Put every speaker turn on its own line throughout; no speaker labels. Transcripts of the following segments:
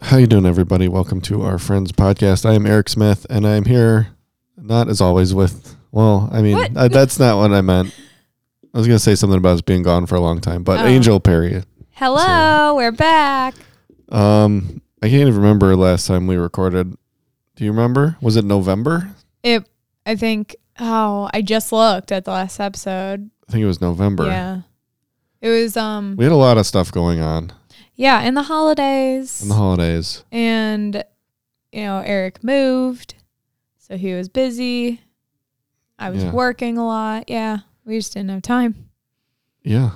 How you doing, everybody? Welcome to our friends podcast. I am Eric Smith, and I am here, not as always with. Well, I mean,
What?
uh, that's not what I meant. I was gonna say something about us being gone for a long time, but
Oh.
Angel Perry.
Hello, we're back.
Um, I can't even remember last time we recorded. Do you remember? Was it November?
It, I think. Oh, I just looked at the last episode.
I think it was November.
Yeah, it was. Um,
We had a lot of stuff going on
yeah, in the holidays,
in the holidays.
and you know, Eric moved, so he was busy. I was
Yeah.
working a lot. Yeah, we just didn't have time.
Yeah.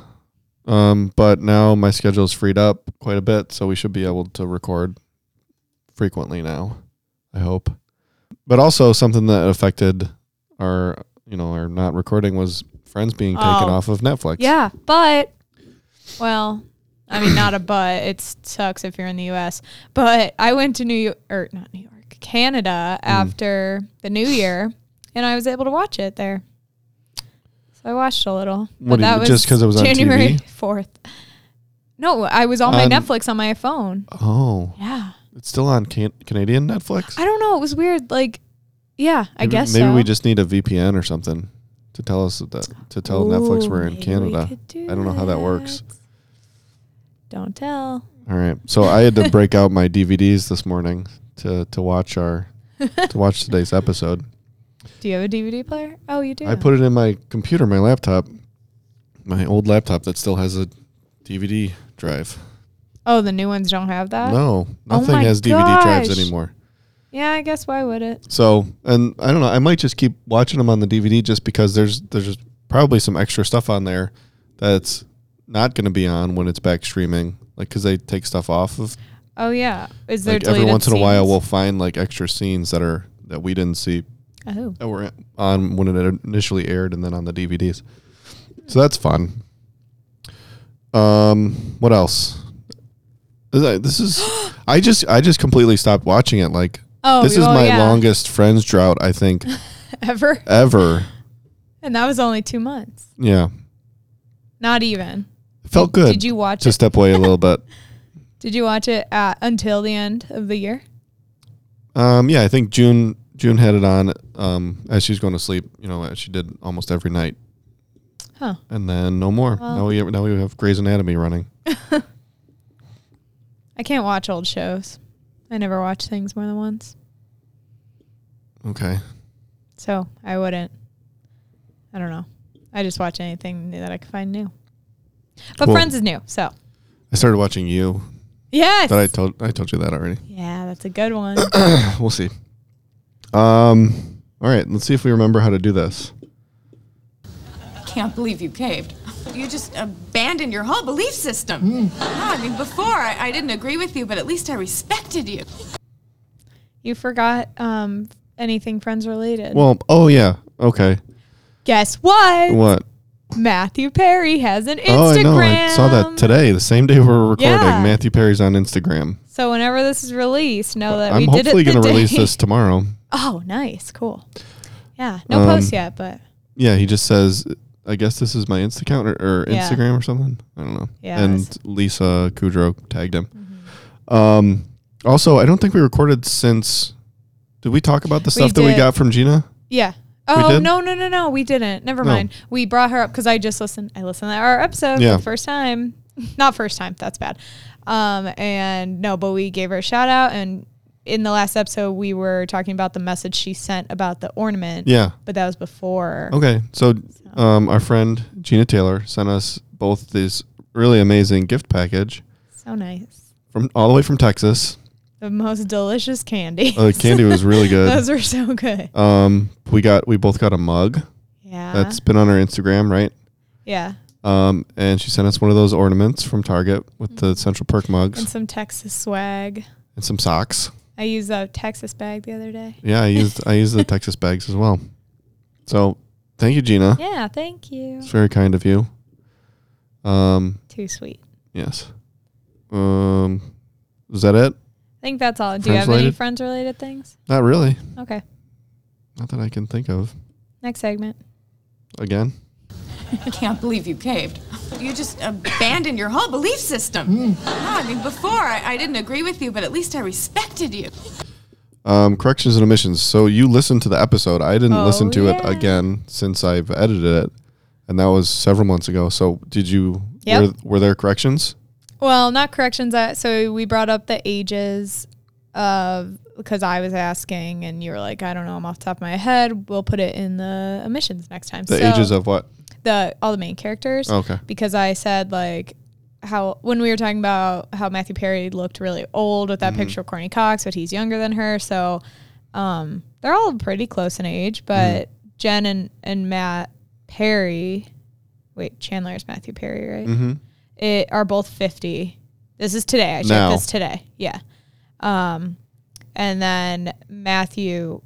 Um, but now my schedule's freed up quite a bit, so we should be able to record frequently now, I hope. But also something that affected our you know, our not recording was friends being taken
Oh.
off of Netflix.
Yeah, but well, I mean, not a but. It sucks if you're in the U.S. But I went to New York, or not New York, Canada
Mm.
after the New Year, and I was able to watch it there. So I watched a little.
What do you- just 'cause it was on TV?
January fourth. No, I was on my
On-
Netflix on my phone.
Um, Oh.
Yeah,
It's still on can- Canadian Netflix?
I don't know. It was weird. Like, yeah, I
maybe,
guess
maybe
so.
we just need a VPN or something to tell us that to tell Netflix
Ooh,
we're in
maybe we
Canada.
could do
I don't know how that works.
Don't tell.
All right. So I had to break out my DVDs this morning to to watch our to watch today's episode.
Do you have a DVD player? Oh, you do.
I put it in my computer, my laptop, my old laptop that still has a DVD drive.
Oh, the new ones don't have that?
No,
Oh
nothing
my
has DVD drives
gosh.
anymore.
Yeah, I guess why would it?
So, and I don't know, I might just keep watching them on the DVD just because there's there's probably some extra stuff on there that's not going to be on when it's back streaming, like because they take stuff off of.
Oh yeah. Is there
Like every
deleted
once in a while, we'll
scenes?
find like extra scenes that are that we didn't see
Oh.
that were on when it initially aired and then on the DVDs. So that's fun. Um, what else? Is that- This is I just I just completely stopped watching it. Like
Oh,
this is
well,
my
yeah.
longest Friends drought I think
ever.
ever.
And that was only 2 months.
Yeah,
Not even.
It felt good
Did you watch
to step away a little bit.
it? Did you watch it at, until the end of the year?
Um, yeah, I think June June had it on um, as she's going to sleep. You know, as she did almost every night.
Huh.
And then no more.
Well-
now we now we have Grey's Anatomy running.
I can't watch old shows. I never watch things more than once.
Okay.
So, I wouldn't I don't know. I just watch anything new that I can find new. But
Well-
Friends is new, so.
I started watching you.
Yes.
But I told I told you that already.
yeah, that's a good one.
we'll see. Um. All right. Let's see if we remember how to do this.
Can't believe you caved. You just abandoned your whole belief system. No, I mean, before I, I didn't agree with you, but at least I respected you.
you forgot um anything friends related.
Well. Oh yeah. Okay.
Guess what?
What?
Matthew Perry has an Instagram.
Oh, I know. I saw that today. The same day we were recording.
Yeah.
Matthew Perry's on Instagram.
So whenever this is released, know that
I'm
we did it.
hopefully
going to
release this tomorrow.
Oh, nice, cool. Yeah, no
Um,
post yet, but
Yeah. He just says. I guess this is my Insta account or, or
Yeah.
Instagram or something. I don't know.
Yeah, Mm-hmm. it
And
was.
Lisa Kudrow tagged him. Um. Also, I don't think we recorded since. Did we talk about the stuff that we
did.
got from Gina?
yeah. Oh
did?
no no no no, we didn't. Never
No.
mind. We brought her up because I just listened. I listened to our episode
Yeah.
for the first time. Not first time. That's bad. Um, and no, but we gave her a shout out. And in the last episode, we were talking about the message she sent about the ornament.
Yeah.
But that was before.
Okay, so um, our friend Gina Taylor sent us both this really amazing gift package
So nice.
from all the way from Texas.
The most delicious candy.
Uh, candy was really good.
Those were so good.
Um, we got we both got a mug
Yeah.
that's been on our Instagram, right?
yeah.
Um, and she sent us one of those ornaments from Target with the Central Perk
And
mugs
some Texas swag.
and some socks.
I used a Texas bag the other day.
Yeah, I used I used the Texas bags as well. So thank you, Gina.
Yeah, thank you.
It's very kind of you. Um,
Too sweet.
yes. Um, is that it?
I think that's all. Do you have any
Friends-related?
friends related things?
Not really.
Okay.
Not that I can think of.
Next segment.
Again?
I can't believe you caved. You just abandoned your whole belief system. Ah, I mean, before I, I didn't agree with you, but at least I respected you.
Um, corrections and omissions. So you listened to the episode. I didn't
Oh,
listen to it
yeah.
again since I've edited it, and that was several months ago. So did you?
Yep.
Were, were there corrections?
Well, not corrections. I, so we brought up the ages of because I was asking, and you were like, I don't know, I'm off the top of my head. We'll put it in the omissions next time.
The
So
ages of Oh. what?
the all the main characters.
Okay.
Because I said like how when we were talking about how Matthew Perry looked really old with that picture of Courtney Cox, but he's younger than her, so um, they're all pretty close in age. But Jen and and Matt Perry, wait, Chandler is Matthew Perry, right?
Mm-hmm.
it are both 50. This is today. I checked
Now.
this today. Yeah. Um, and then Matthew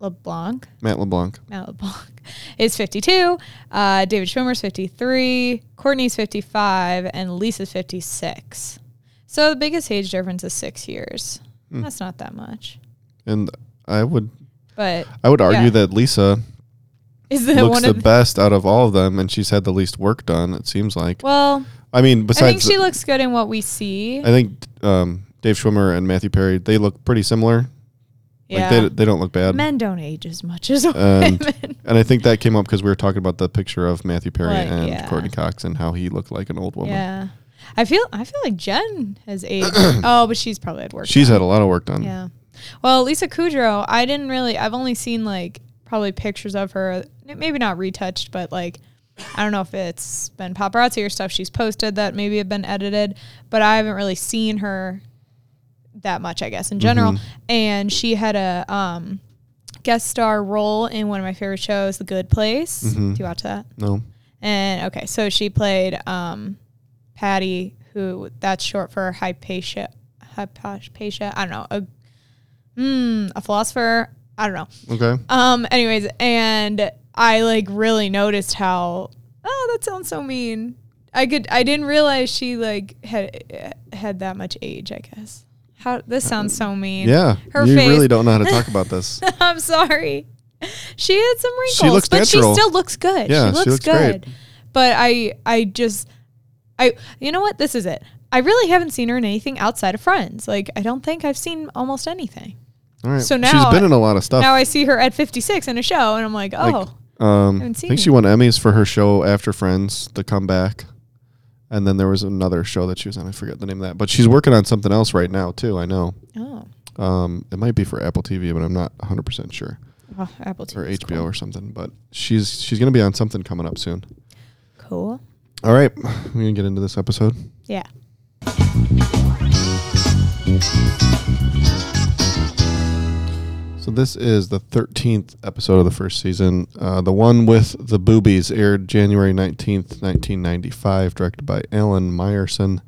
LeBlanc,
Matt LeBlanc.
Matt LeBlanc is 52. Uh, David Schwimmer's 53. Courtney's 55. And Lisa's 56. So the biggest age difference is six years.
Hmm.
That's not that much.
And I would
But
I would argue
Yeah.
that Lisa
is that
looks
one
the
of the.
best out of all of them, and she's had the least work done. It seems like.
Well,
I mean,
I think
besides,
she looks good in what we see.
I think um, Dave Schwimmer and Matthew Perry they look pretty similar.
yeah.
Like they they don't look bad.
Men don't age as much as women.
And and I think that came up because we were talking about the picture of Matthew Perry
Right,
and
yeah.
Courtney Cox and how he looked like an old woman.
Yeah. I feel I feel like Jen has aged. oh, but she's probably at work.
She's
now.
had a lot of work done.
Yeah. Well, Lisa Kudrow, I didn't really I've only seen like probably pictures of her, maybe not retouched, but like I don't know if it's been paparazzi or stuff she's posted that maybe have been edited, but I haven't really seen her that much, I guess, in general. And she had a um guest star role in one of my favorite shows, The Good Place. Do you watch that?
No.
And okay, so she played um, Patty, who that's short for Hypatia. Hypatia. I don't know. A, mm, a philosopher. I don't know.
Okay.
Um. Anyways, and I like really noticed how. Oh, that sounds so mean. I could. I didn't realize she like had had that much age. I guess. How this sounds so mean.
Yeah.
Her
you
face.
really don't know how to talk about this.
I'm sorry. She had some wrinkles,
She looks
but
natural.
she still looks good.
Yeah,
she
she
looks,
looks
good.
great.
But I, I just, I, you know what? This is it. I really haven't seen her in anything outside of Friends. Like, I don't think I've seen almost anything.
All right.
So now-
she's been in a lot of stuff.
Now I see her at 56 in a show, and I'm like, oh,
um, I
haven't seen
think she
it.
won Emmys for her show after Friends, The Comeback. And then there was another show that she was on. I forget the name of that. But she's working on something else right now, too. I know.
oh,
Um, it might be for Apple TV, but I'm not 100% sure.
well, Apple TV.
Or HBO or something. But she's she's going to be on something coming up soon.
Cool.
All right. We're going to get into this episode.
Yeah.
So this is the thirteenth episode of the first season. Uh, the one with the boobies aired January nineteenth, nineteen ninety-five, directed by Alan Meyerson.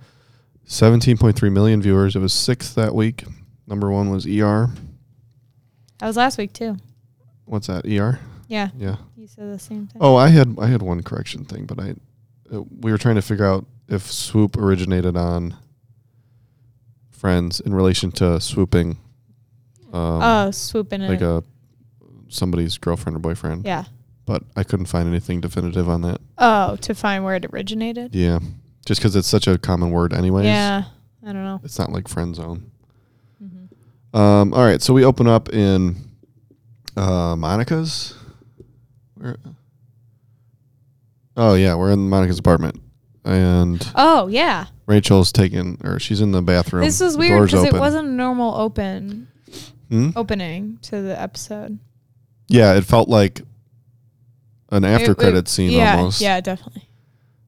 Seventeen point three million viewers. It was sixth that week. Number one was ER.
That was last week too.
What's that? ER.
Yeah.
Yeah.
You said the same thing.
Oh, I had I had one correction thing, but I uh, we were trying to figure out if swoop originated on Friends in relation to swooping, um,
Oh, swooping in.
like um, a somebody's girlfriend or boyfriend.
yeah.
but I couldn't find anything definitive on that.
Oh, to find where it originated.
Yeah, just because it's such a common word, anyways.
Yeah. I don't know. Mm-hmm.
it's not like friend zone. Um, all right, so we open up in uh, Monica's. Where? Oh yeah, we're in Monica's apartment, and
Oh, yeah.
Rachel's taking, or she's in the bathroom.
This was
The
weird
door's
because it
open.
wasn't Oh. a normal open
Hmm?
opening to the episode.
Yeah, it felt like an
It-
after
it-
credit scene
yeah,
almost.
Yeah, definitely.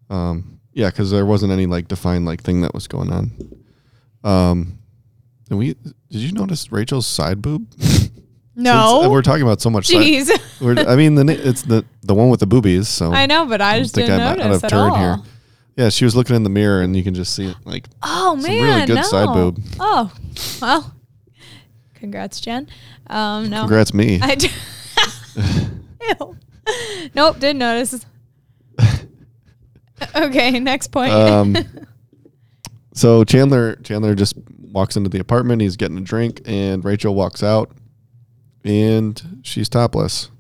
Um, yeah, because there wasn't any like defined like thing that was going on. Um, and we did you notice Rachel's side boob? Since
No,
we're talking about so much. Side,
jeez,
we're, I mean, the na- it's the the one with the boobies. So
I know, but I just
think
didn't
I'm out
notice
of
at
turn
all.
here. yeah, she was looking in the mirror, and you can just see it. Like,
Oh
Some
man,
really good
no.
side boob.
Oh, well, congrats, Jen. Um, no,
congrats me.
I d- Ew. Nope, didn't notice. okay, next point.
Um, so Chandler Chandler just walks into the apartment. He's getting a drink, and Rachel walks out, and she's topless.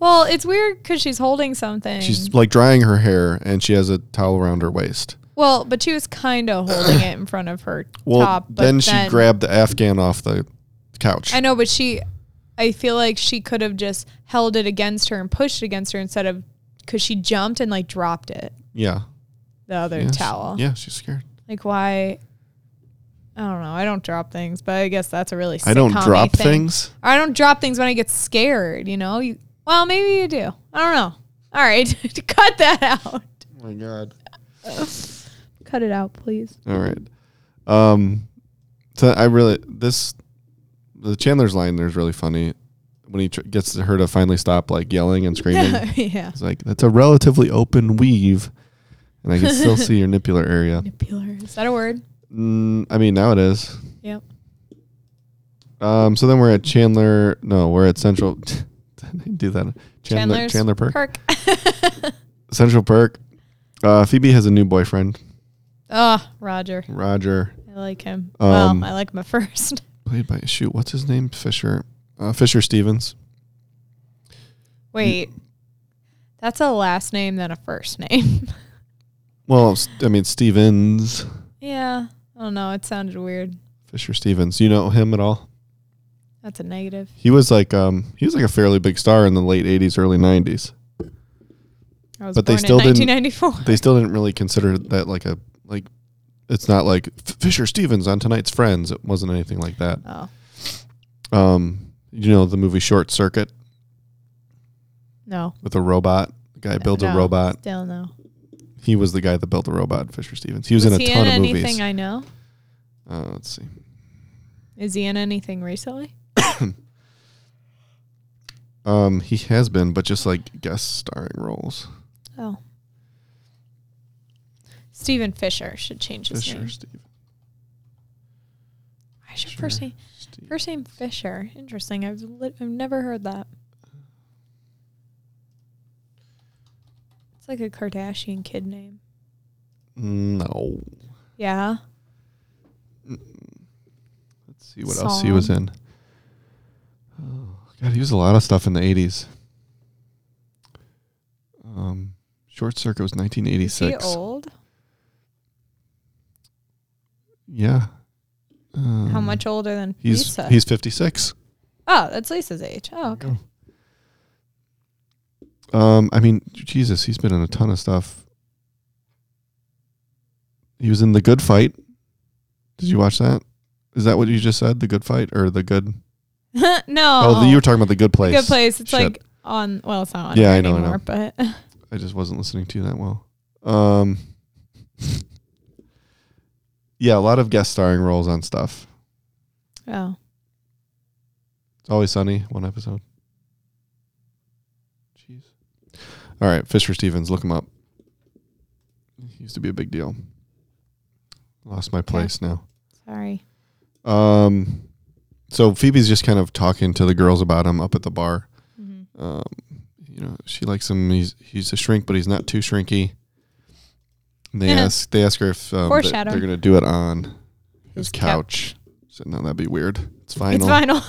Well, it's weird because she's holding something.
She's like drying her hair and she has a towel around her waist.
well, but she was kind of holding it in front of her
Well,
top. But
then she grabbed the Afghan off the couch.
I know, but she, I feel like she could have just held it against her and pushed against her instead of because she jumped and like dropped it,
yeah.
the other
Yeah, she-
towel.
Yeah, she's scared.
Like why? I don't know. I don't drop things, but I guess that's a really
I don't
sitcom-y
drop
thing.
things.
I don't drop things when I get scared. You know. You well, maybe you do. I don't know. All right, cut that out.
Oh my god.
Cut it out, please.
All right. Um, so I really this the Chandler's line there is really funny when he tr- gets her to finally stop like yelling and screaming.
yeah.
It's like that's a relatively open weave, and I can still see your nipular area.
Nipular. Is that a word?
Mm, I mean, now it is.
Yep.
Um, so then we're at Chandler. No, we're at Central. Did I do that. Chandler
Chandler's
Chandler Perk.
Perk.
Central Perk. Uh, Phoebe has a new boyfriend,
oh, Roger.
Roger,
I like him. well,
Um,
I like him at first.
played by shoot. What's his name? Fisher. Uh, Fisher Stevens.
Wait. That's a last name than a first name.
Well, s- I mean Stevens,
yeah. I don't know. It sounded weird.
Fisher Stevens. You know him at all?
That's a negative.
He was like um he was like a fairly big star in the late 80s, early 90s.
I was
But they
born
still
in
didn't-
1994.
They still didn't really consider that like a like it's not like F- Fisher Stevens on Tonight's Friends. It wasn't anything like that.
oh,
Um, you know the movie Short Circuit
no.
with a robot. The guy builds a
No.
robot.
Still no.
He was the guy that built the robot, Fisher Stevens. He was, in a
he
ton
in
of
anything
movies.
I know?
uh, let's see.
Is he in anything recently?
Um, he has been, but just like guest starring roles.
Oh. Steven Fisher should change his
Fisher
name.
Stevens.
I should first name
Steve.
first name Fisher. Interesting. I've lit I've never heard that. It's like a Kardashian kid name.
No.
Yeah.
Let's see what else he was in. Oh, God, he was a lot of stuff in the eighties. Um, Short Circuit was nineteen eighty
Is he
six.
old?
Yeah.
How
Um,
much older than
He's
Lisa?
he's fifty six.
oh, that's Lisa's age. Oh, okay.
Um, I mean, Jesus, he's been in a ton of stuff. He was in The Good Fight. Did you watch that? Is that what you just said? The Good Fight or the Good?
no.
Oh, the, you were talking about The Good Place.
Good place. It's
Shit.
like on. Well, it's not on.
Yeah,
air
I know, I know.
Anymore, But
I just wasn't listening to you that well. Um, yeah, a lot of guest starring roles on stuff.
oh,
It's always sunny. One episode. Jeez. All right, Fisher Stevens, look him up. He used to be a big deal. Lost my place now.
sorry.
Um, so Phoebe's just kind of talking to the girls about him up at the bar.
Mhm.
Um, you know, she likes him. He's he's a shrink, but he's not too shrinky. And they ask they ask her if um, they- they're
Foreshadow.
going to do it on his
His
couch. So no, that'd be weird. It's
It's
final.
final.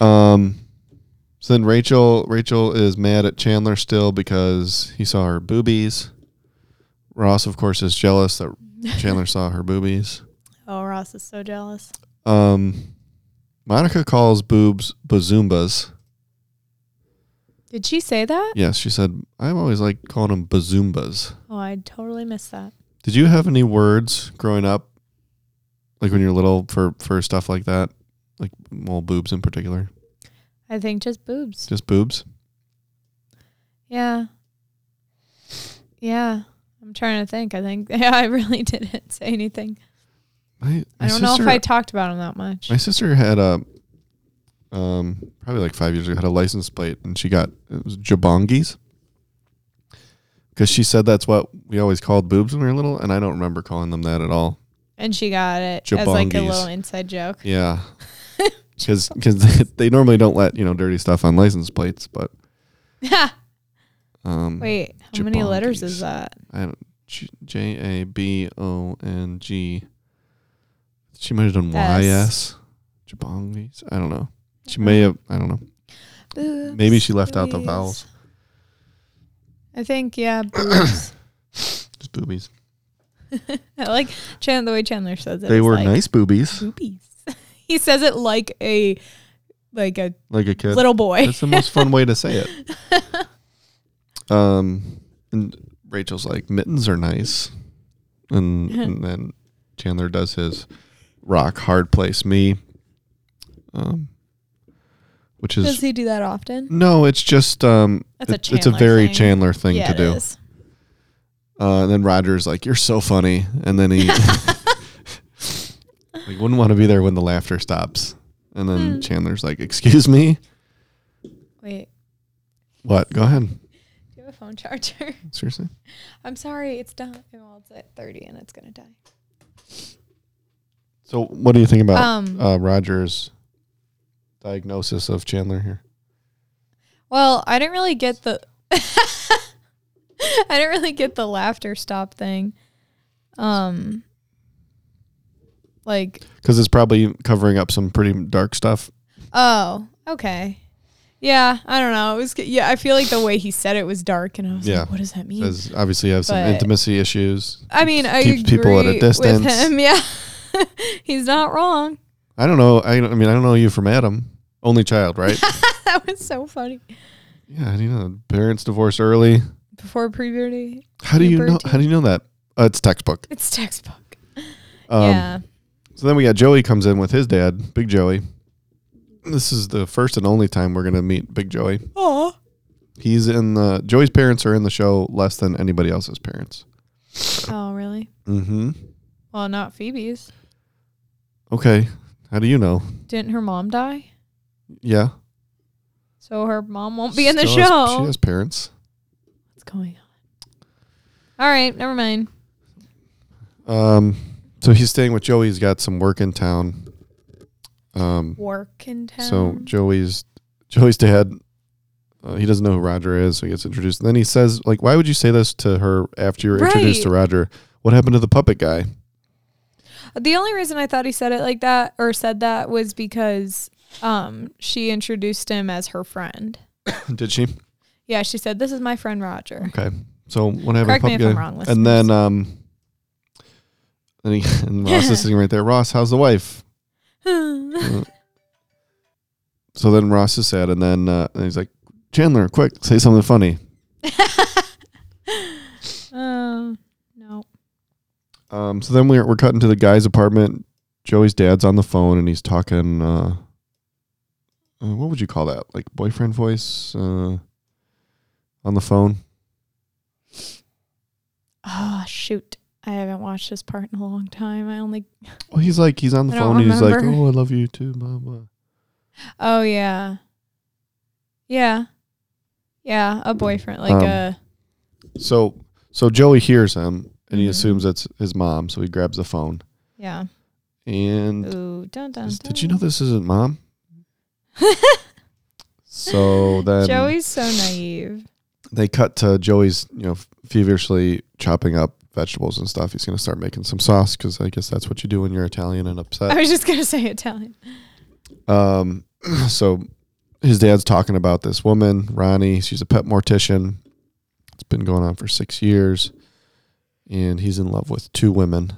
Um, so then Rachel Rachel is mad at Chandler still because he saw her boobies. Ross, of course, is jealous that Chandler saw her boobies.
oh, Ross is so jealous.
Um, Monica calls boobs bazoombas.
Did she say that?
Yes, she said, I've always liked calling them bazoombas.
Oh, I totally missed that.
Did you have any words growing up, like when you're little, for, for stuff like that? Like, well, boobs in particular?
I think just boobs.
Just boobs?
Yeah. Yeah. I'm trying to think. I think yeah, I really didn't say anything.
My, my
I don't know if
sister-
I talked about him that much.
My sister had a, um, probably like five years ago, had a license plate, and she got it was jabongis. Because she said that's what we always called boobs when we were little, and I don't remember calling them that at all.
And she got it as like a
Jabongies.
little inside joke.
Yeah, because they normally don't let you know dirty stuff on license plates, but Hmm. um,
Wait, how many letters
Jabongies.
is that?
I don't J A B O N G. She might have done Y S. Jabongis. I don't know. She may have. I don't know. Maybe she left out the vowels.
I think, yeah, boobs.
Just boobies.
I like Chan- the way Chandler says it.
They
It's
were
like,
nice boobies,
Boobies. he says it like a like a
like a kid.
little boy.
That's the most fun way to say it. Um, and Rachel's like mittens are nice, and and then Chandler does his rock hard place me, um, which is
Does he do that often?
no, it's just um,
That's a
it- it's a
Chandler
very
thing.
Chandler thing
yeah,
to do.
it is.
Uh, and then Roger's like, "You're so funny," and then he like wouldn't want to be there when the laughter stops. And then
Hmm.
Chandler's like, "Excuse me,
Wait,
what? Go ahead,
do you have a phone charger?
seriously."
I'm sorry, it's done. Well, it's at 30 and it's gonna die.
So, what do you think about
Um,
uh, Roger's diagnosis of Chandler here?
Well, I didn't really get the I didn't really get the laughter stop thing. Um like
Because it's probably covering up some pretty dark stuff.
oh, okay. Yeah, I don't know. It was yeah, I feel like the way he said it was dark and I was
Yeah.
like what does that mean?
As obviously, you have some
But-
intimacy issues.
I mean, I
keeps
agree
people at a distance.
with him. Yeah. He's not wrong.
I don't know. I, don't- I mean, I don't know you from Adam. Only child, right?
That was so funny.
yeah, you know, parents divorced early.
Before puberty,
How do you know?
Puberty.
How do you know that? Uh, it's textbook.
it's textbook.
Um,
yeah.
So then we got Joey comes in with his dad, Big Joey. This is the first and only time we're gonna meet Big Joey.
Oh.
He's in the Joey's parents are in the show less than anybody else's parents.
Oh, really?
Mm-hmm.
Well, not Phoebe's.
Okay. How do you know?
Didn't her mom die?
Yeah.
So her mom won't be in the
Still has-
show.
she has parents.
What's going on? All right, never mind.
Um, so he's staying with Joey. He's got some work in town. Um,
Work in town.
so Joey's Joey's dad. Uh, he doesn't know who Roger is, so he gets introduced. And then he says, "Like, why would you say this to her after you were introduced to Roger? What happened to the puppet guy?"
the only reason I thought he said it like that or said that was because um she introduced him as her friend.
Did she?
Yeah, she said, "This is my friend Roger."
Okay. So whenever
Correct me
puppet
if
guy,
I'm wrong,
and then um, and, he, and Ross is sitting right there. Ross, how's the wife? uh, So then Ross is sad, and then uh, and he's like, Chandler, quick, say something funny.
uh, no.
Um, so then we're we're cutting to the guy's apartment. Joey's dad's on the phone, and he's talking. Uh, uh, what would you call that? Like boyfriend voice uh, on the phone.
Oh shoot. I haven't watched this part in a long time. I only
Well, he's like he's on the
I don't
phone. and He's like,
remember.
oh, I love you too, blah blah.
Oh yeah. Yeah. Yeah, a boyfriend like
Um,
a
So so Joey hears him, and he
Mhm.
assumes that's his mom. So he grabs the phone
yeah.
and
Ooh, dun dun.
says,
dun.
Did you know this isn't mom? so then
Joey's so naive.
they cut to Joey's, you know, feverishly chopping up vegetables and stuff. He's going to start making some sauce because I guess that's what you do when you're Italian and
I
upset.
was just gonna say Italian.
Um, so his dad's talking about this woman, Ronnie. She's a pet mortician. It's been going on for six years, and he's in love with two women.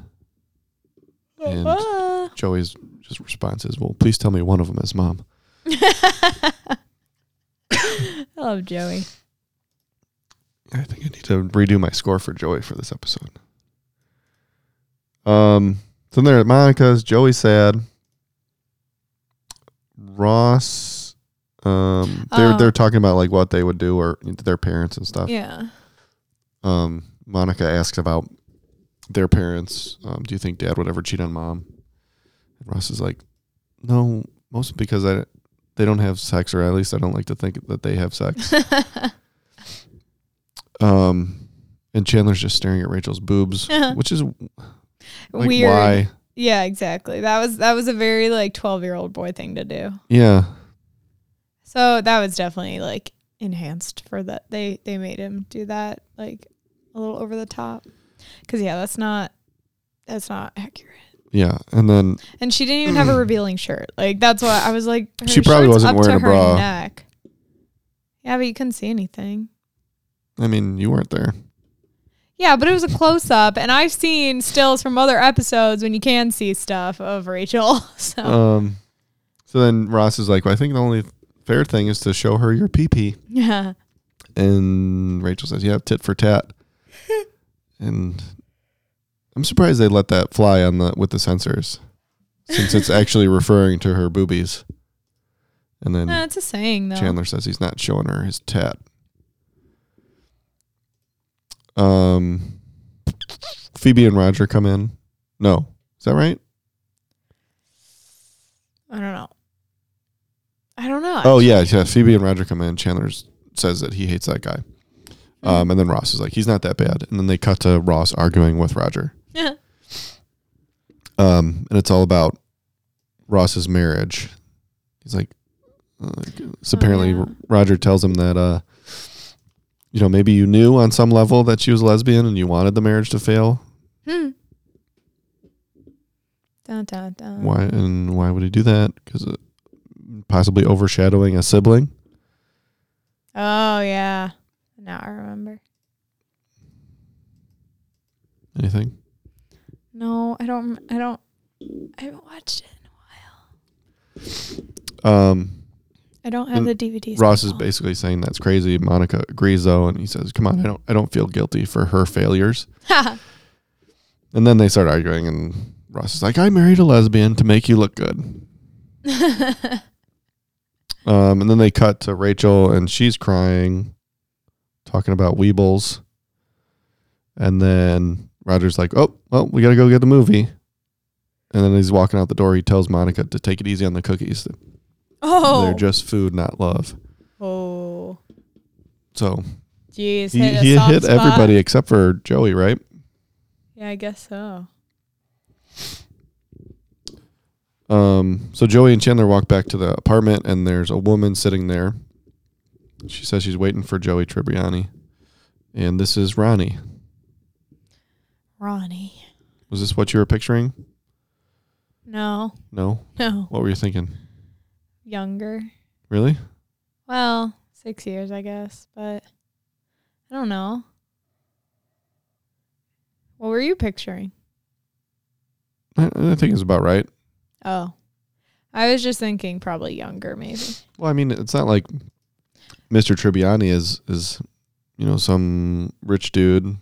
And
Ah.
Joey's just response is, "Well, please tell me one of them is mom."
I love Joey.
I think I need to redo my score for Joey for this episode. Um, so there at Monica's, Joey sad. Ross, um, they're
Oh.
they're talking about like what they would do or their parents and stuff.
Yeah.
Um, Monica asks about their parents. Um, do you think Dad would ever cheat on Mom? And Ross is like, no, mostly because I they don't have sex, or at least I don't like to think that they have sex. Um, and Chandler's just staring at Rachel's boobs,
Uh-huh.
which is like,
Weird.
Why?
Yeah, exactly. That was that was a very like twelve year old boy thing to do.
Yeah,
So that was definitely like enhanced for that. They they made him do that like a little over the top. Cause yeah, that's not that's not accurate.
yeah. And then
And she didn't even have a revealing shirt. Like that's why I was like, her
She probably
shirt's
wasn't
up
wearing a
to her
bra.
neck. Yeah, but you couldn't see anything.
I mean, you weren't there.
Yeah, but it was a close up, and I've seen stills from other episodes when you can see stuff of Rachel. So
Um, so then Ross is like, well, I think the only fair thing is to show her your pee pee.
yeah,
And Rachel says, yeah, tit for tat. and I'm surprised they let that fly on the with the sensors since it's actually referring to her boobies. And then
that's a saying though.
Chandler says he's not showing her his tat. Um, Phoebe and Roger come in. No, is that right?
I don't know. I don't know.
Oh yeah, yeah. Phoebe and Roger come in. Chandler s- says that he hates that guy, um, and then Ross is like, he's not that bad. And then they cut to Ross arguing with Roger,
yeah.
um, and it's all about Ross's marriage. He's like, uh, so
Oh,
apparently
yeah.
Roger tells him that, uh, you know, maybe you knew on some level that she was lesbian and you wanted the marriage to fail.
Hmm. Dun, dun, dun.
Why uh, and why would he do that? Because possibly overshadowing a sibling.
Oh yeah. Now I remember.
Anything?
No, I don't. I don't. I haven't watched it in a while.
Um,
I don't have
And
the DVDs.
Ross is
anymore.
basically saying that's crazy. Monica agrees though, and he says, "Come on, I don't, I don't feel guilty for her failures." And then they start arguing, and Ross is like, "I married a lesbian to make you look good." um, and then they cut to Rachel, and she's crying, talking about Weebles. And then Roger's like, "Oh, well, we gotta go get the movie." And then he's walking out the door. He tells Monica to take it easy on the cookies.
oh.
They're just food, not love.
oh.
So
Jeez.
he,
hit a
he
soft
hit
spot.
everybody except for Joey, right?
Yeah, I guess so.
Um, so Joey and Chandler walk back to the apartment, and there's a woman sitting there. She says she's waiting for Joey Tribbiani, and this is Ronnie.
Ronnie.
Was this what you were picturing?
No.
No.
No.
What were you thinking?
Oh, Younger.
Really?
Well, six years, I guess, but I don't know. What were you picturing?
I, I think it's about right.
Oh, I was just thinking probably younger, maybe.
Well, I mean, it's not like Mr. Tribbiani is is you know some rich dude.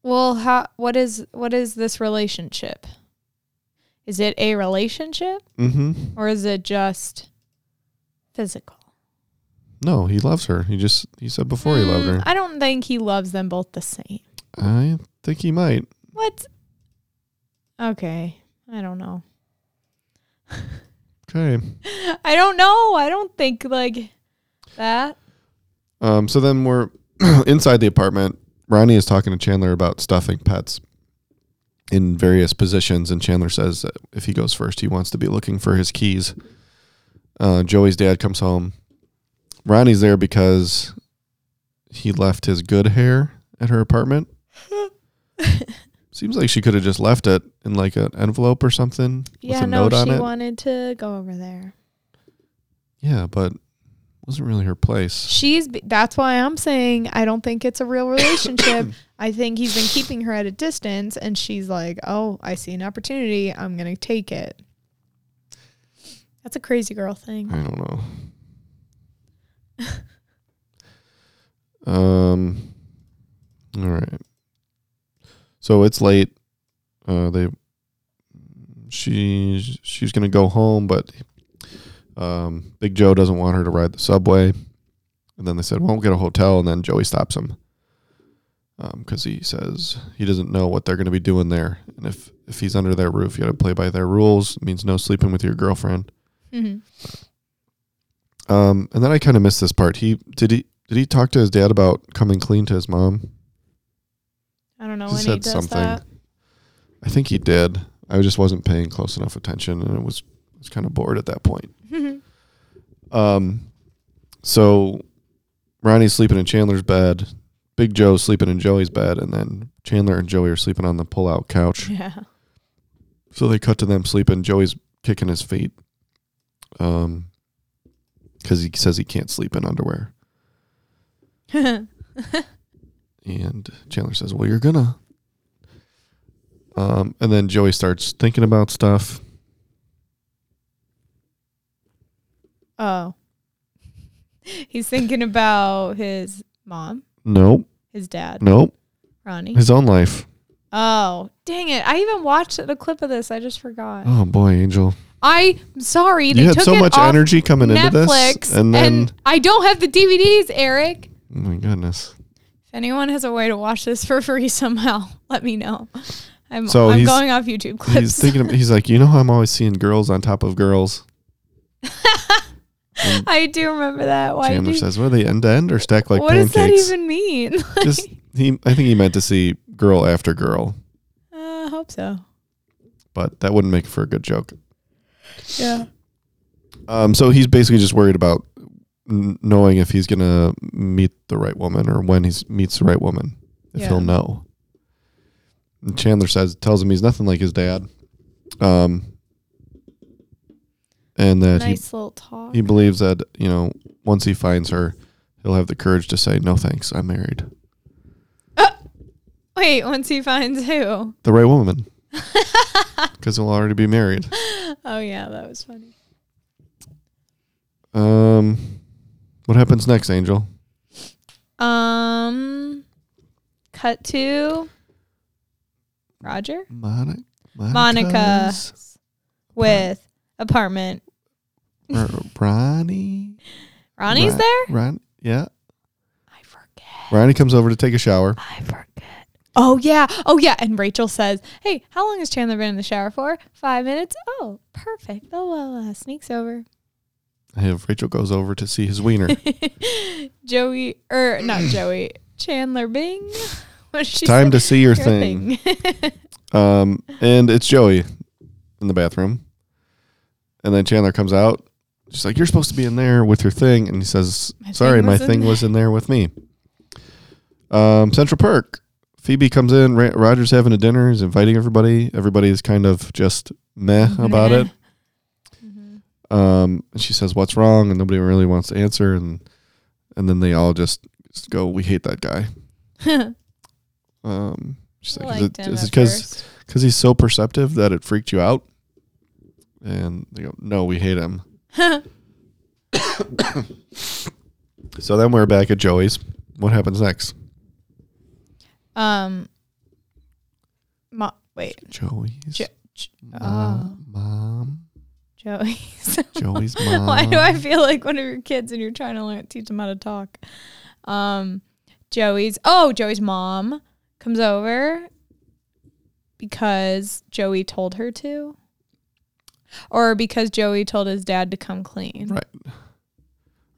Well, how? What is what is this relationship? Is it a relationship
Mm-hmm.
or is it just physical?
No, he loves her. He just he said before he loved
Mm,
her.
I don't think he loves them both the same.
I think he might.
What? Okay, I don't know.
Okay.
I don't know. I don't think like that.
Um, so then we're inside the apartment. Ronnie is talking to Chandler about stuffing pets in various positions, and Chandler says that if he goes first, he wants to be looking for his keys. Uh, Joey's dad comes home. Ronnie's there because he left his good hair at her apartment. Seems like she could have just left it in like an envelope or something
Yeah,
with a
no,
note on
she
it.
wanted to go over there.
yeah, but wasn't really her place.
She's be- that's why I'm saying I don't think it's a real relationship. I think he's been keeping her at a distance and she's like, "Oh, I see an opportunity. I'm going to take it." That's a crazy girl
I
thing.
don't know. um. All right. So it's late. Uh, they. She she's gonna go home, but um, Big Joe doesn't want her to ride the subway. And then they said, "Well, we'll get a hotel." And then Joey stops him because he says he doesn't know what they're going to be doing there, and if if he's under their roof, you got to play by their rules. It means no sleeping with your girlfriend.
Mhm.
Um, and then I kind of missed this part. He did he did he talk to his dad about coming clean to his mom?
I don't know
He
when he
said
does
something.
that.
I think he did. I just wasn't paying close enough attention, and it was I was kind of bored at that point. Um, so Ronnie's sleeping in Chandler's bed. Big Joe's sleeping in Joey's bed, and then Chandler and Joey are sleeping on the pull-out couch.
Yeah.
So they cut to them sleeping. Joey's kicking his feet, um, because he says he can't sleep in underwear. and Chandler says, "Well, you're gonna." Um, and then Joey starts thinking about stuff.
Oh. He's thinking about his mom,
Nope,
his dad,
nope.
Ronnie.
Hmm. His own life.
Oh, dang it. I even watched the clip of this. I just forgot.
Oh boy, Angel,
I'm sorry. They
you had
took
so
it
much
off
energy coming into
Netflix,
this, and then
I don't have the DVDs, Eric.
oh my goodness.
If anyone has a way to watch this for free somehow, let me know. I'm,
So
I'm
he's-
going off YouTube clips.
He's thinking. He's like, you know how I'm always seeing girls on top of girls.
I do remember that. Why
Chandler
do,
says, "What are they end to end or stack like
what
pancakes?"
does that even mean? Uh, Like,
Just he. I think he meant to see girl after girl,
uh, I hope so.
but that wouldn't make for a good joke.
Yeah.
Um, so he's basically just worried about n- knowing if he's gonna meet the right woman or when he meets the right woman, if
Yeah.
he'll know. And Chandler says, tells him he's nothing like his dad, um, and that he
Nice little talk.
he believes that you know once he finds her, he'll have the courage to say, "No thanks, I'm married."
Wait, once he finds who?
The right woman, because he'll already be married.
Oh, yeah, that was funny.
Um, what happens next, Angel?
Um, cut to Roger
Monica.
Monica with apartment.
Ronnie.
Ronnie's
Ron-
there?
Ron, yeah.
I forget.
Ronnie comes over to take a shower.
I forget. Oh, yeah. Oh, yeah. And Rachel says, Hey, how long has Chandler been in the shower for? Five minutes. Oh, perfect. Oh, well, uh, sneaks over.
If Rachel goes over to see his wiener.
Joey, or not Joey, Chandler Bing. What she
Time
said,
to see your,
"Your
thing. Um, and it's Joey in the bathroom. And then Chandler comes out. She's like, You're supposed to be in there with your thing. And he says,
My
Sorry,
thing
my
was in
thing was in there with me. Um, Central Perk. Phoebe comes in. Ra- Roger's having a dinner. He's inviting everybody. Everybody is kind of just meh about it. Um, and she says, What's wrong? And nobody really wants to answer. And and then they all just just go, We hate that guy. Um, she's
I
like, Is
liked
it,
him
is
at
it because
first.
because he's so perceptive that it freaked you out. And they go, no, we hate him. so then we're back at Joey's. What happens next?
Um. Mo- wait,
Joey's
jo- J- uh.
mo- mom.
Joey's.
Joey's mom.
Why do
Oh.
I feel like one of your kids and you're trying to learn, teach them how to talk? Um, Joey's. Oh, Joey's mom comes over because Joey told her to, or because Joey told his dad to come clean.
Right. Or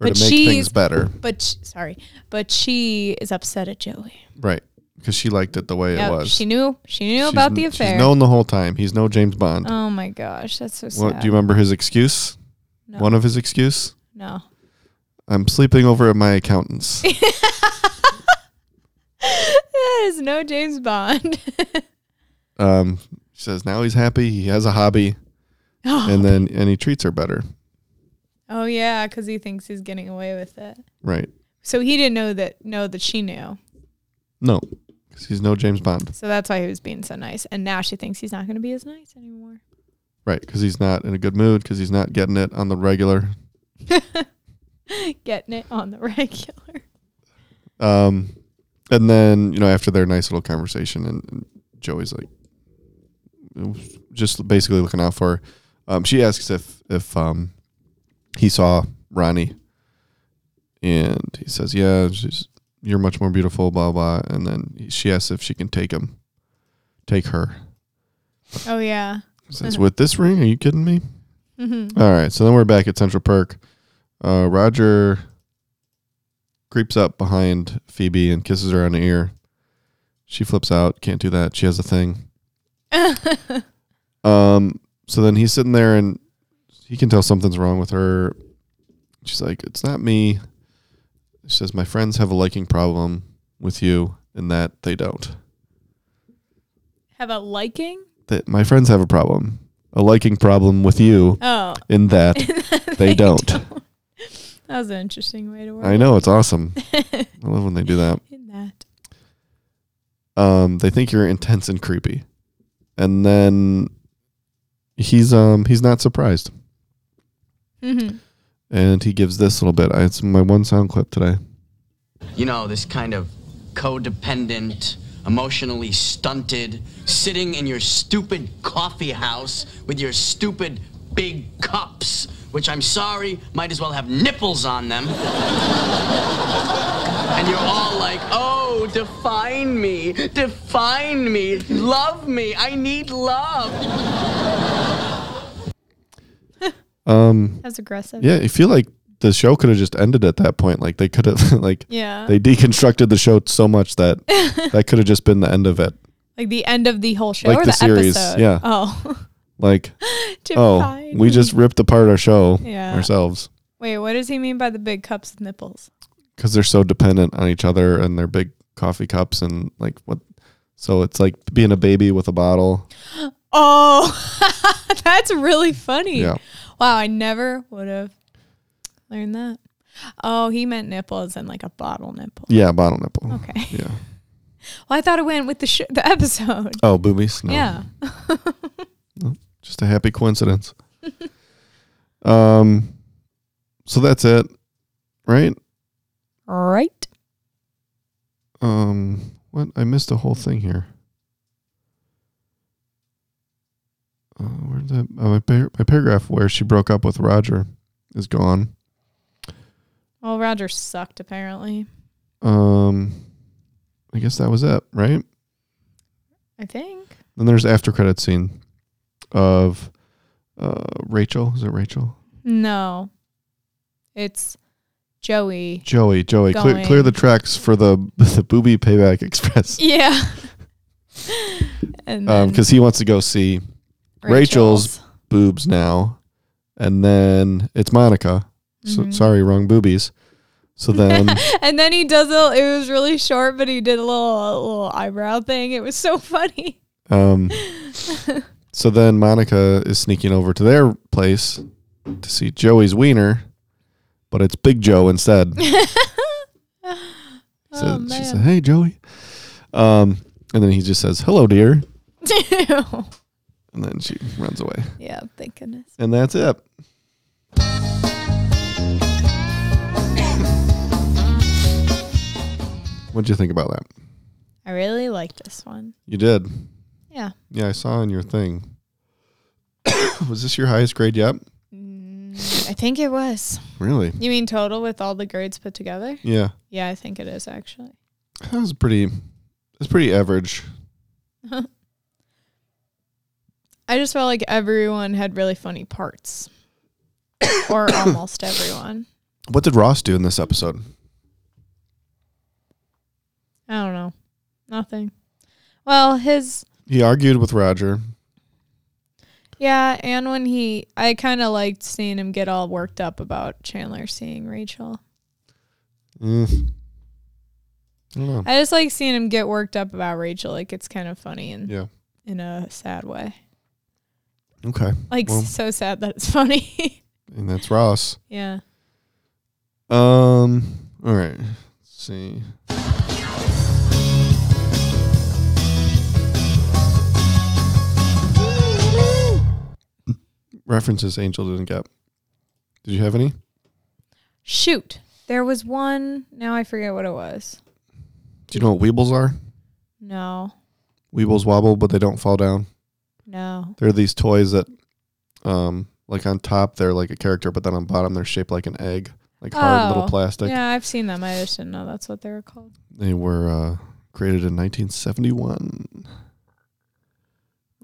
But
to make
she's-
things better.
But sh- sorry, but she is upset at Joey.
Right. Because she liked it the way it
Yep,
was.
She knew. She knew
She's kn-
about the
she's
affair.
known the whole time. He's no James Bond.
oh my gosh, that's so sad.
what, do you remember his excuse?
No.
One of his excuse?
no.
I'm sleeping over at my accountant's.
That is no James Bond.
um, she says now he's happy. He has a hobby.
oh,
and then and he treats her better.
yeah, because he thinks he's getting away with it.
Right.
So he didn't know that know that she knew.
No. Because he's no James Bond.
So that's why he was being so nice. And now she thinks he's not going to be as nice anymore.
Right. Because he's not in a good mood because he's not getting it on the regular.
Getting it on the regular.
Um, and then, you know, after their nice little conversation, and, and Joey's like, just basically looking out for her. Um, she asks if, if um, he saw Ronnie. And he says, yeah, she's, you're much more beautiful, blah, blah. And then she asks if she can take him, take her.
Oh yeah. Mm-hmm.
Says, with this ring, are you kidding me? All right, so then we're back at Central Perk. Uh, Roger creeps up behind Phoebe and kisses her on the ear. She flips out. Can't do that. She has a thing. um. So then he's sitting there and he can tell something's wrong with her. She's like, "It's not me." She says, "My friends have a liking problem with you, and that they don't.
Have a liking?
That my friends have a problem, a liking problem with you,
Oh.
in that they, don't.
That was an interesting way to word
I know it's awesome. I love when they do that.
in that.
Um, they think you're intense and creepy, and then he's um he's not surprised,
hmm
and he gives this little bit. I, it's my one sound clip today.
you know, this kind of codependent, emotionally stunted, sitting in your stupid coffee house with your stupid big cups, which I'm sorry, might as well have nipples on them. and you're all like, oh, define me, define me, love me, I need love.
That's aggressive.
Yeah, I feel like the show could have just ended at that point. Like they could have like
Yeah.
they deconstructed the show so much that that could have just been the end of it.
like the end of the whole show
Like
or
the
the,
series,
episode.
yeah.
Oh.
Like
To
oh,
find
we
me.
just ripped apart our show
Yeah.
ourselves
Wait, what does he mean by the big cups and nipples?
because they're so dependent on each other and their big coffee cups and like what. So it's like being a baby with a bottle.
Oh, that's really funny.
Yeah.
Wow, I never would have learned that. Oh, he meant nipples and like a bottle nipple.
Yeah, bottle nipple.
Okay.
Yeah.
Well, I thought it went with the sh- the episode.
Oh, boobies. No.
Yeah.
Just a happy coincidence. um. So that's it, right?
Right.
Um, what? I missed a whole thing here. Uh, where's that? Uh, my, par- my paragraph where she broke up with Roger is gone.
Well, Roger sucked apparently.
Um, I guess that was it, right?
I think.
Then there's after credit scene of uh, Rachel. Is it Rachel?
No. It's Joey.
Joey. Joey, clear, clear
Going.
the tracks for the the booby payback express.
Yeah. and
Um,
then
because he wants to go see Rachel's boobs now, and then it's Monica. So, sorry, wrong boobies. So then,
And then he does a. It was really short, but he did a little a little eyebrow thing. It was so funny.
um, so then Monica is sneaking over to their place to see Joey's wiener, but it's Big Joe instead. so
Oh,
she said, "Hey, Joey," um, and then he just says, "Hello, dear," and then she runs away,
yeah, thank goodness.
and that's it. What'd you think about that?
I really like this one.
You did.
Yeah.
Yeah, I saw on your thing. was this your highest grade yet?
Mm, I think it was.
Really?
You mean total with all the grades put together?
Yeah.
Yeah, I think it is actually.
That was pretty that's pretty average.
I just felt like everyone had really funny parts, or almost everyone.
What did Ross do in this episode?
I don't know. Nothing. Well, his
He argued with Roger.
yeah, and when he, I kind of liked seeing him get all worked up about Chandler seeing Rachel.
Mm. I don't know.
I just like seeing him get worked up about Rachel. Like it's kind of funny in
Yeah.
in a sad way.
Okay.
Like
Well-
so sad that it's funny.
And that's Ross.
yeah.
Um all right. Let's see. References Angel didn't get. Did you have any?
Shoot, there was one. Now I forget what it was.
Do you know what Weebles are?
No,
Weebles wobble, but they don't fall down.
no.
They're these toys that, um, like on top they're like a character, but then on bottom they're shaped like an egg, like hard little
Oh,
plastic.
Yeah, I've seen them. I just didn't know that's what they were called.
They were uh, created in 1971.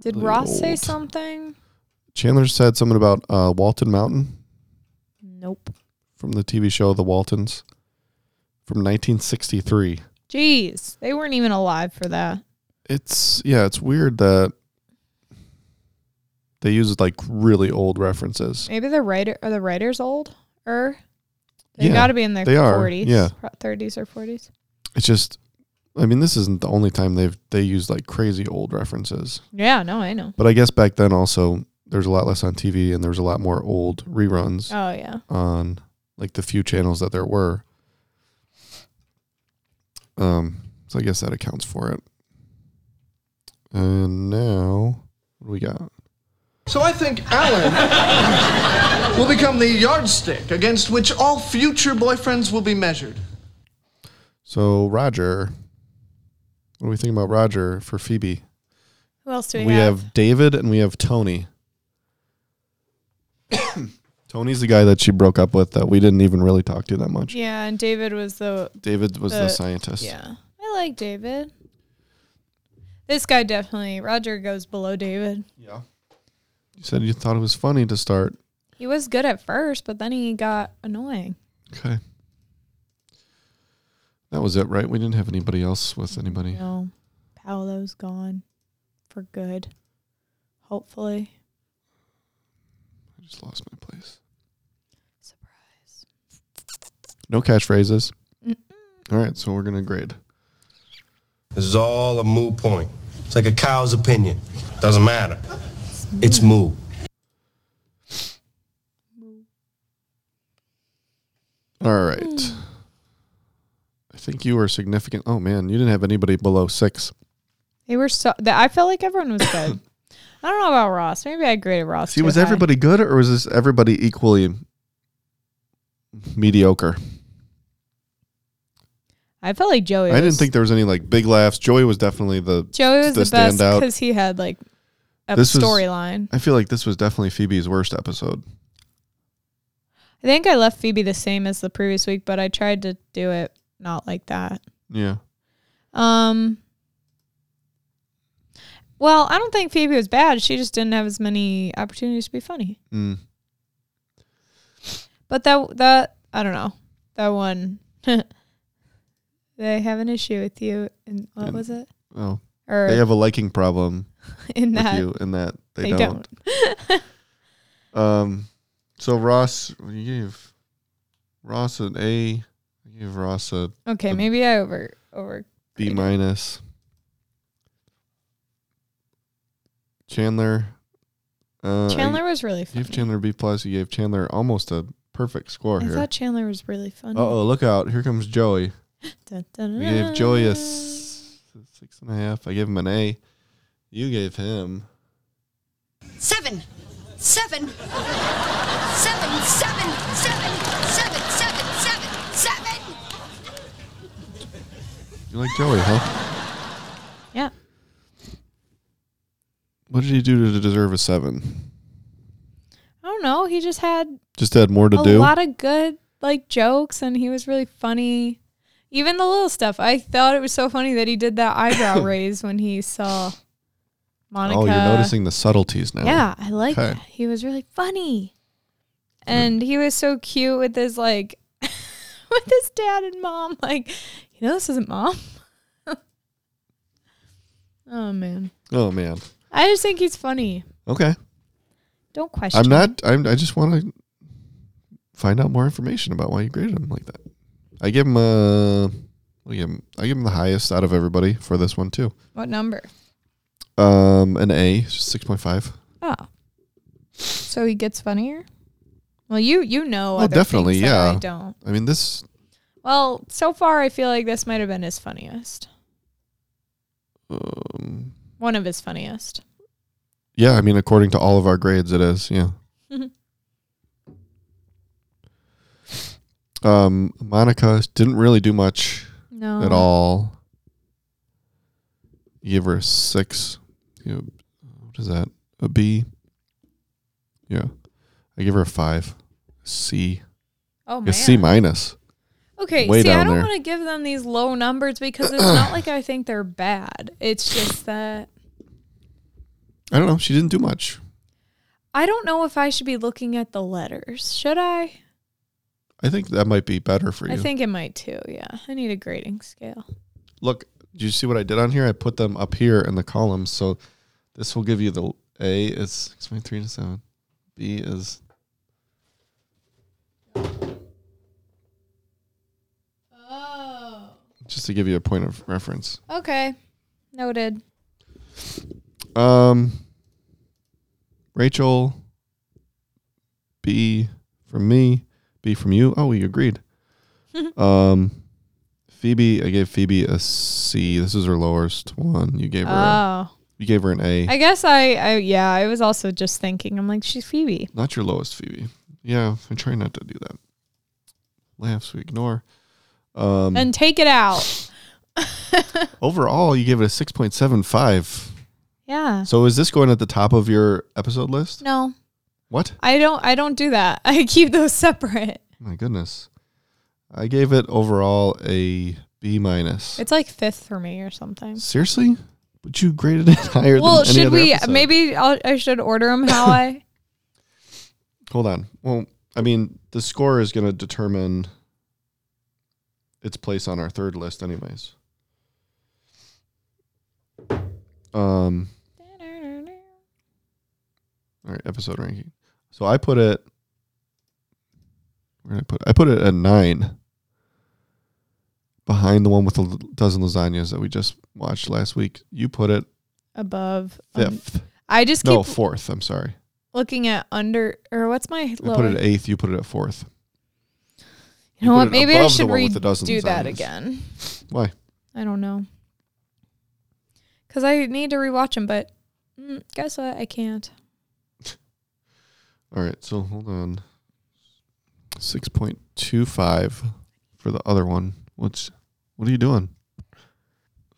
Did
Really
Ross say
old.
something?
Chandler said something about uh, Walton Mountain
Nope.
from the TV show The Waltons from 1963.
Jeez, they weren't even alive for that.
It's yeah, it's weird that they use like really old references.
Maybe the writer are the writers old or they
Yeah,
got to be in their
they are,
40s,
yeah.
pro- 30s or 40s.
It's just, I mean, this isn't the only time they've they use like crazy old references.
Yeah, no, I know.
But I guess back then also there's a lot less on TV and there was a lot more old reruns
Oh yeah.
on like the few channels that there were. Um, so I guess that accounts for it. And now what do we got?
So I think Alan will become the yardstick against which all future boyfriends will be measured.
So Roger. What do we think about Roger for Phoebe?
Who else do we,
We
have?
have David and we have Tony. Tony's the guy that she broke up with that we didn't even really talk to that much.
Yeah, and David was the
David was the,
The-
scientist.
Uh, yeah. I like David. This guy definitely Roger goes below David.
Yeah. You said you thought it was funny to start.
He was good at first, but then he got annoying.
Okay. That was it, right? We didn't have anybody else with anybody.
You know, Paolo's gone for good. Hopefully.
I just lost my place.
Surprise.
No catchphrases. All right, so we're gonna grade.
This is all a moo point. It's like a cow's opinion. Doesn't matter. It's moo.
All right.
Hmm.
I think you were significant. Oh man, you didn't have anybody below six.
They were so that I felt like everyone was good. I don't know about Ross. Maybe I graded Ross.
See,
too
was
high.
everybody good or was this everybody equally mediocre?
I felt like Joey.
I
was,
didn't think there was any like big laughs. Joey was definitely the
Joey was
the
the, best
standout.
because he had like a
This was-
storyline.
I feel like this was definitely Phoebe's worst episode.
I think I left Phoebe the same as the previous week, but I tried to do it not like that.
Yeah.
Um. Well, I don't think Phoebe was bad. She just didn't have as many opportunities to be funny.
Mm.
But that that I don't know that one. they have an issue with you, and what
And-
was it?
Oh,
Or
they have a liking problem
in
with
that
you, and that they,
they
don't.
don't.
Um, so Ross, you gave Ross an A. You gave Ross a
Okay,
The-
maybe I over over.
B minus. Chandler. Uh, I
Chandler was really funny.
gave Chandler a B plus. You gave Chandler almost a perfect score
I
here. Uh
thought Chandler was really funny.
oh, look out! Here comes Joey.
Dun, dun,
We
dun,
gave Joey a
dun.
s- six and a half. I gave him an A. You gave him.
seven, seven, seven, seven, seven, seven, seven, seven, seven.
You like Joey, huh?
Yeah,
What did he do to deserve a seven?
I don't know. He just had
Just had more to
a
do.
lot of good like jokes, and he was really funny. Even the little stuff. I thought it was so funny that he did that eyebrow raise when he saw Monica.
oh, you're noticing the subtleties now.
Yeah, I like
Okay.
that. He was really funny. And he was so cute with his like with his dad and mom. Like, you know this isn't mom. oh man.
Oh man.
I just think he's funny.
Okay.
Don't question.
I'm not. I'm. I just want to find out more information about why you graded him like that. I give him a. I give him. I give him the highest out of everybody for this one too.
what number?
Um, an A, six point five.
Oh. So he gets funnier? Well, you you know
Oh,
other
definitely,
things that
yeah.
I don't.
I mean, this.
Well, so far I feel like this might have been his funniest.
Um,
One of his funniest.
yeah, I mean, according to all of our grades, it is. Yeah. um, Monica didn't really do much
No.
at all. You give her a six. You know, what is that? A B. Yeah, I give her a five. C.
Oh
A
man.
C minus.
Okay,
way
see, I
down
don't
there.
want to give them these low numbers because it's not like I think they're bad. It's just that
I don't know. She didn't do much.
I don't know if I should be looking at the letters. Should I?
I think that might be better for you.
I think it might too. Yeah, I need a grading scale.
Look, do you see what I did on here? I put them up here in the columns. So this will give you the A is six point three to seven. B is
Oh,
just to give you a point of reference.
okay, noted.
Um, Rachel, B for me. be from you? Oh, we agreed. um, Phoebe, I gave Phoebe a C. This is her lowest one. You gave her a,
Oh,
you gave her an A.
I guess I, I, yeah, I was also just thinking, I'm like, she's Phoebe.
Not your lowest, Phoebe. Yeah, I try not to do that. Laughs we ignore. Um,
And take it out.
overall, you gave it a six point seven five.
Yeah.
So is this going at the top of your episode list?
No,
What?
I don't, I don't do that. I keep those separate.
My goodness. I gave it overall a B minus.
It's like fifth for me or something.
Seriously? But you graded it higher
Well,
than any
should
other
we,
episode.
maybe I'll, I should order them how I,
Hold on. Well, I mean, the score is going to determine its place on our third list, anyways. Um. All right, episode ranking. So I put it. Where did I put? I put it at nine. Behind the one with the l- dozen lasagnas that we just watched last week. You put it
above. um,
fifth.
I just keep
no, fourth. I'm sorry.
looking at under, or what's my
I put
lower?
it at eighth. You put it at fourth.
you know
put
what?
it
Maybe I
above the
should
one with the dozen
redo that
lasagnas.
again.
Why?
I don't know. Cause I need to rewatch them, but mm, guess what? I can't.
All right, so hold on. Six point two five for the other one. What's what are you doing?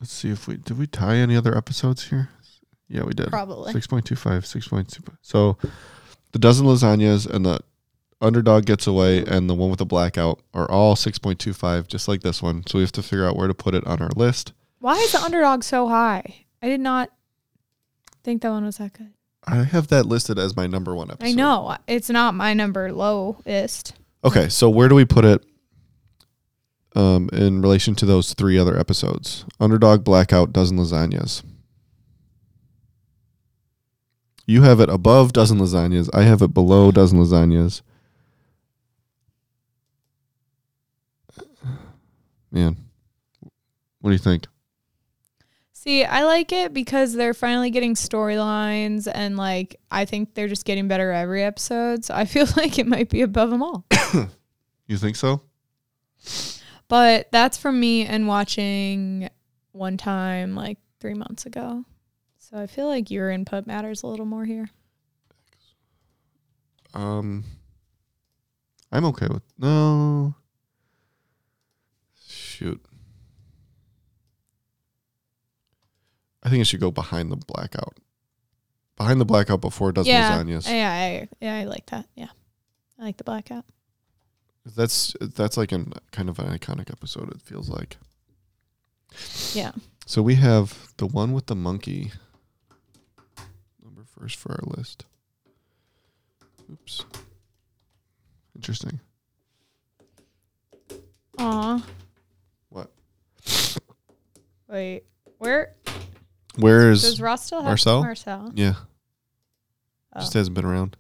Let's see if we did we tie any other episodes here. Yeah, we did.
Probably.
Six point two five, six point two five. So the dozen lasagnas and the underdog gets away and the one with the blackout are all six point two five, just like this one. So we have to figure out where to put it on our list.
Why is the underdog so high? I did not think that one was that good.
I have that listed as my number one episode.
I know it's not my number lowest.
Okay, so where do we put it um, in relation to those three other episodes? Underdog, Blackout, Dozen Lasagnas. You have it above Dozen Lasagnas. I have it below Dozen Lasagnas. Man, what do you think?
See, I like it because they're finally getting storylines, and like I think they're just getting better every episode. So I feel like it might be above them all.
You think so?
But that's from me and watching one time like three months ago. So I feel like your input matters a little more here.
Um, I'm okay with no. Shoot, I think it should go behind the blackout. Behind the blackout before it does
yeah,
lasagnas.
yeah, I, yeah, I like that. Yeah, I like the blackout.
That's that's like an kind of an iconic episode. It feels like.
Yeah.
So we have the one with the monkey. Number first for our list. Oops. Interesting.
Aw,
What?
wait, where
Where is?
does Ross still have
Marcel?
Marcel?
Yeah.
Oh.
Just hasn't been around.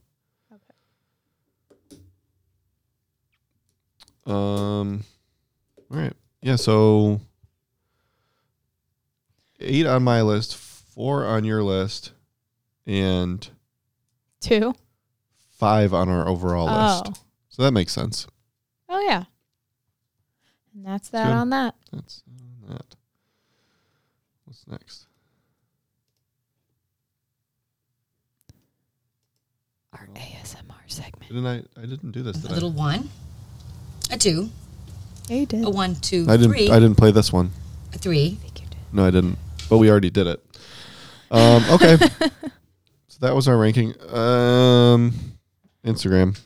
Um. All right. Yeah. So eight on my list, four on your list, and
Two.
five on our overall
Oh,
list. So that makes sense.
oh yeah. And that's that
Good.
on that.
That's on that. What's next?
Our ASMR segment.
Didn't I? I didn't do this.
A
Did
little one, a two,
Yeah, you did.
a one, two,
I? I didn't.
three,
I didn't play this one.
a three.
No, I didn't. But we already did it. Um, okay. so that was our ranking. Um, Instagram.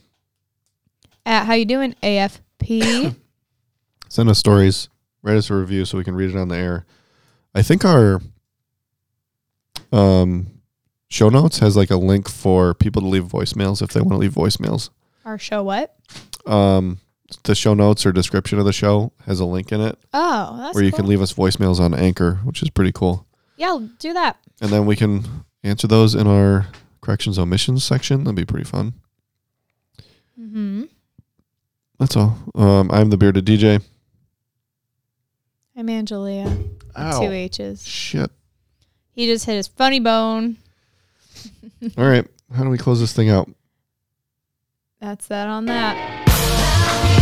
At how you doing, AFP?
Send us stories. Write us a review so we can read it on the air. I think our um, show notes has like a link for people to leave voicemails if they want to leave voicemails.
Our show what?
Um, the show notes or description of the show has a link in it
Oh, that's
where you
cool.
can leave us voicemails on Anchor, which is pretty cool.
Yeah, I'll do that.
And then we can answer those in our corrections omissions section. That'd be pretty fun.
Mm-hmm.
That's all. Um, I'm the bearded DJ.
I'm Angelia. Two H's.
Shit.
He just hit his funny bone.
All right. How do we close this thing out?
That's that on that.
Bye.
Bye.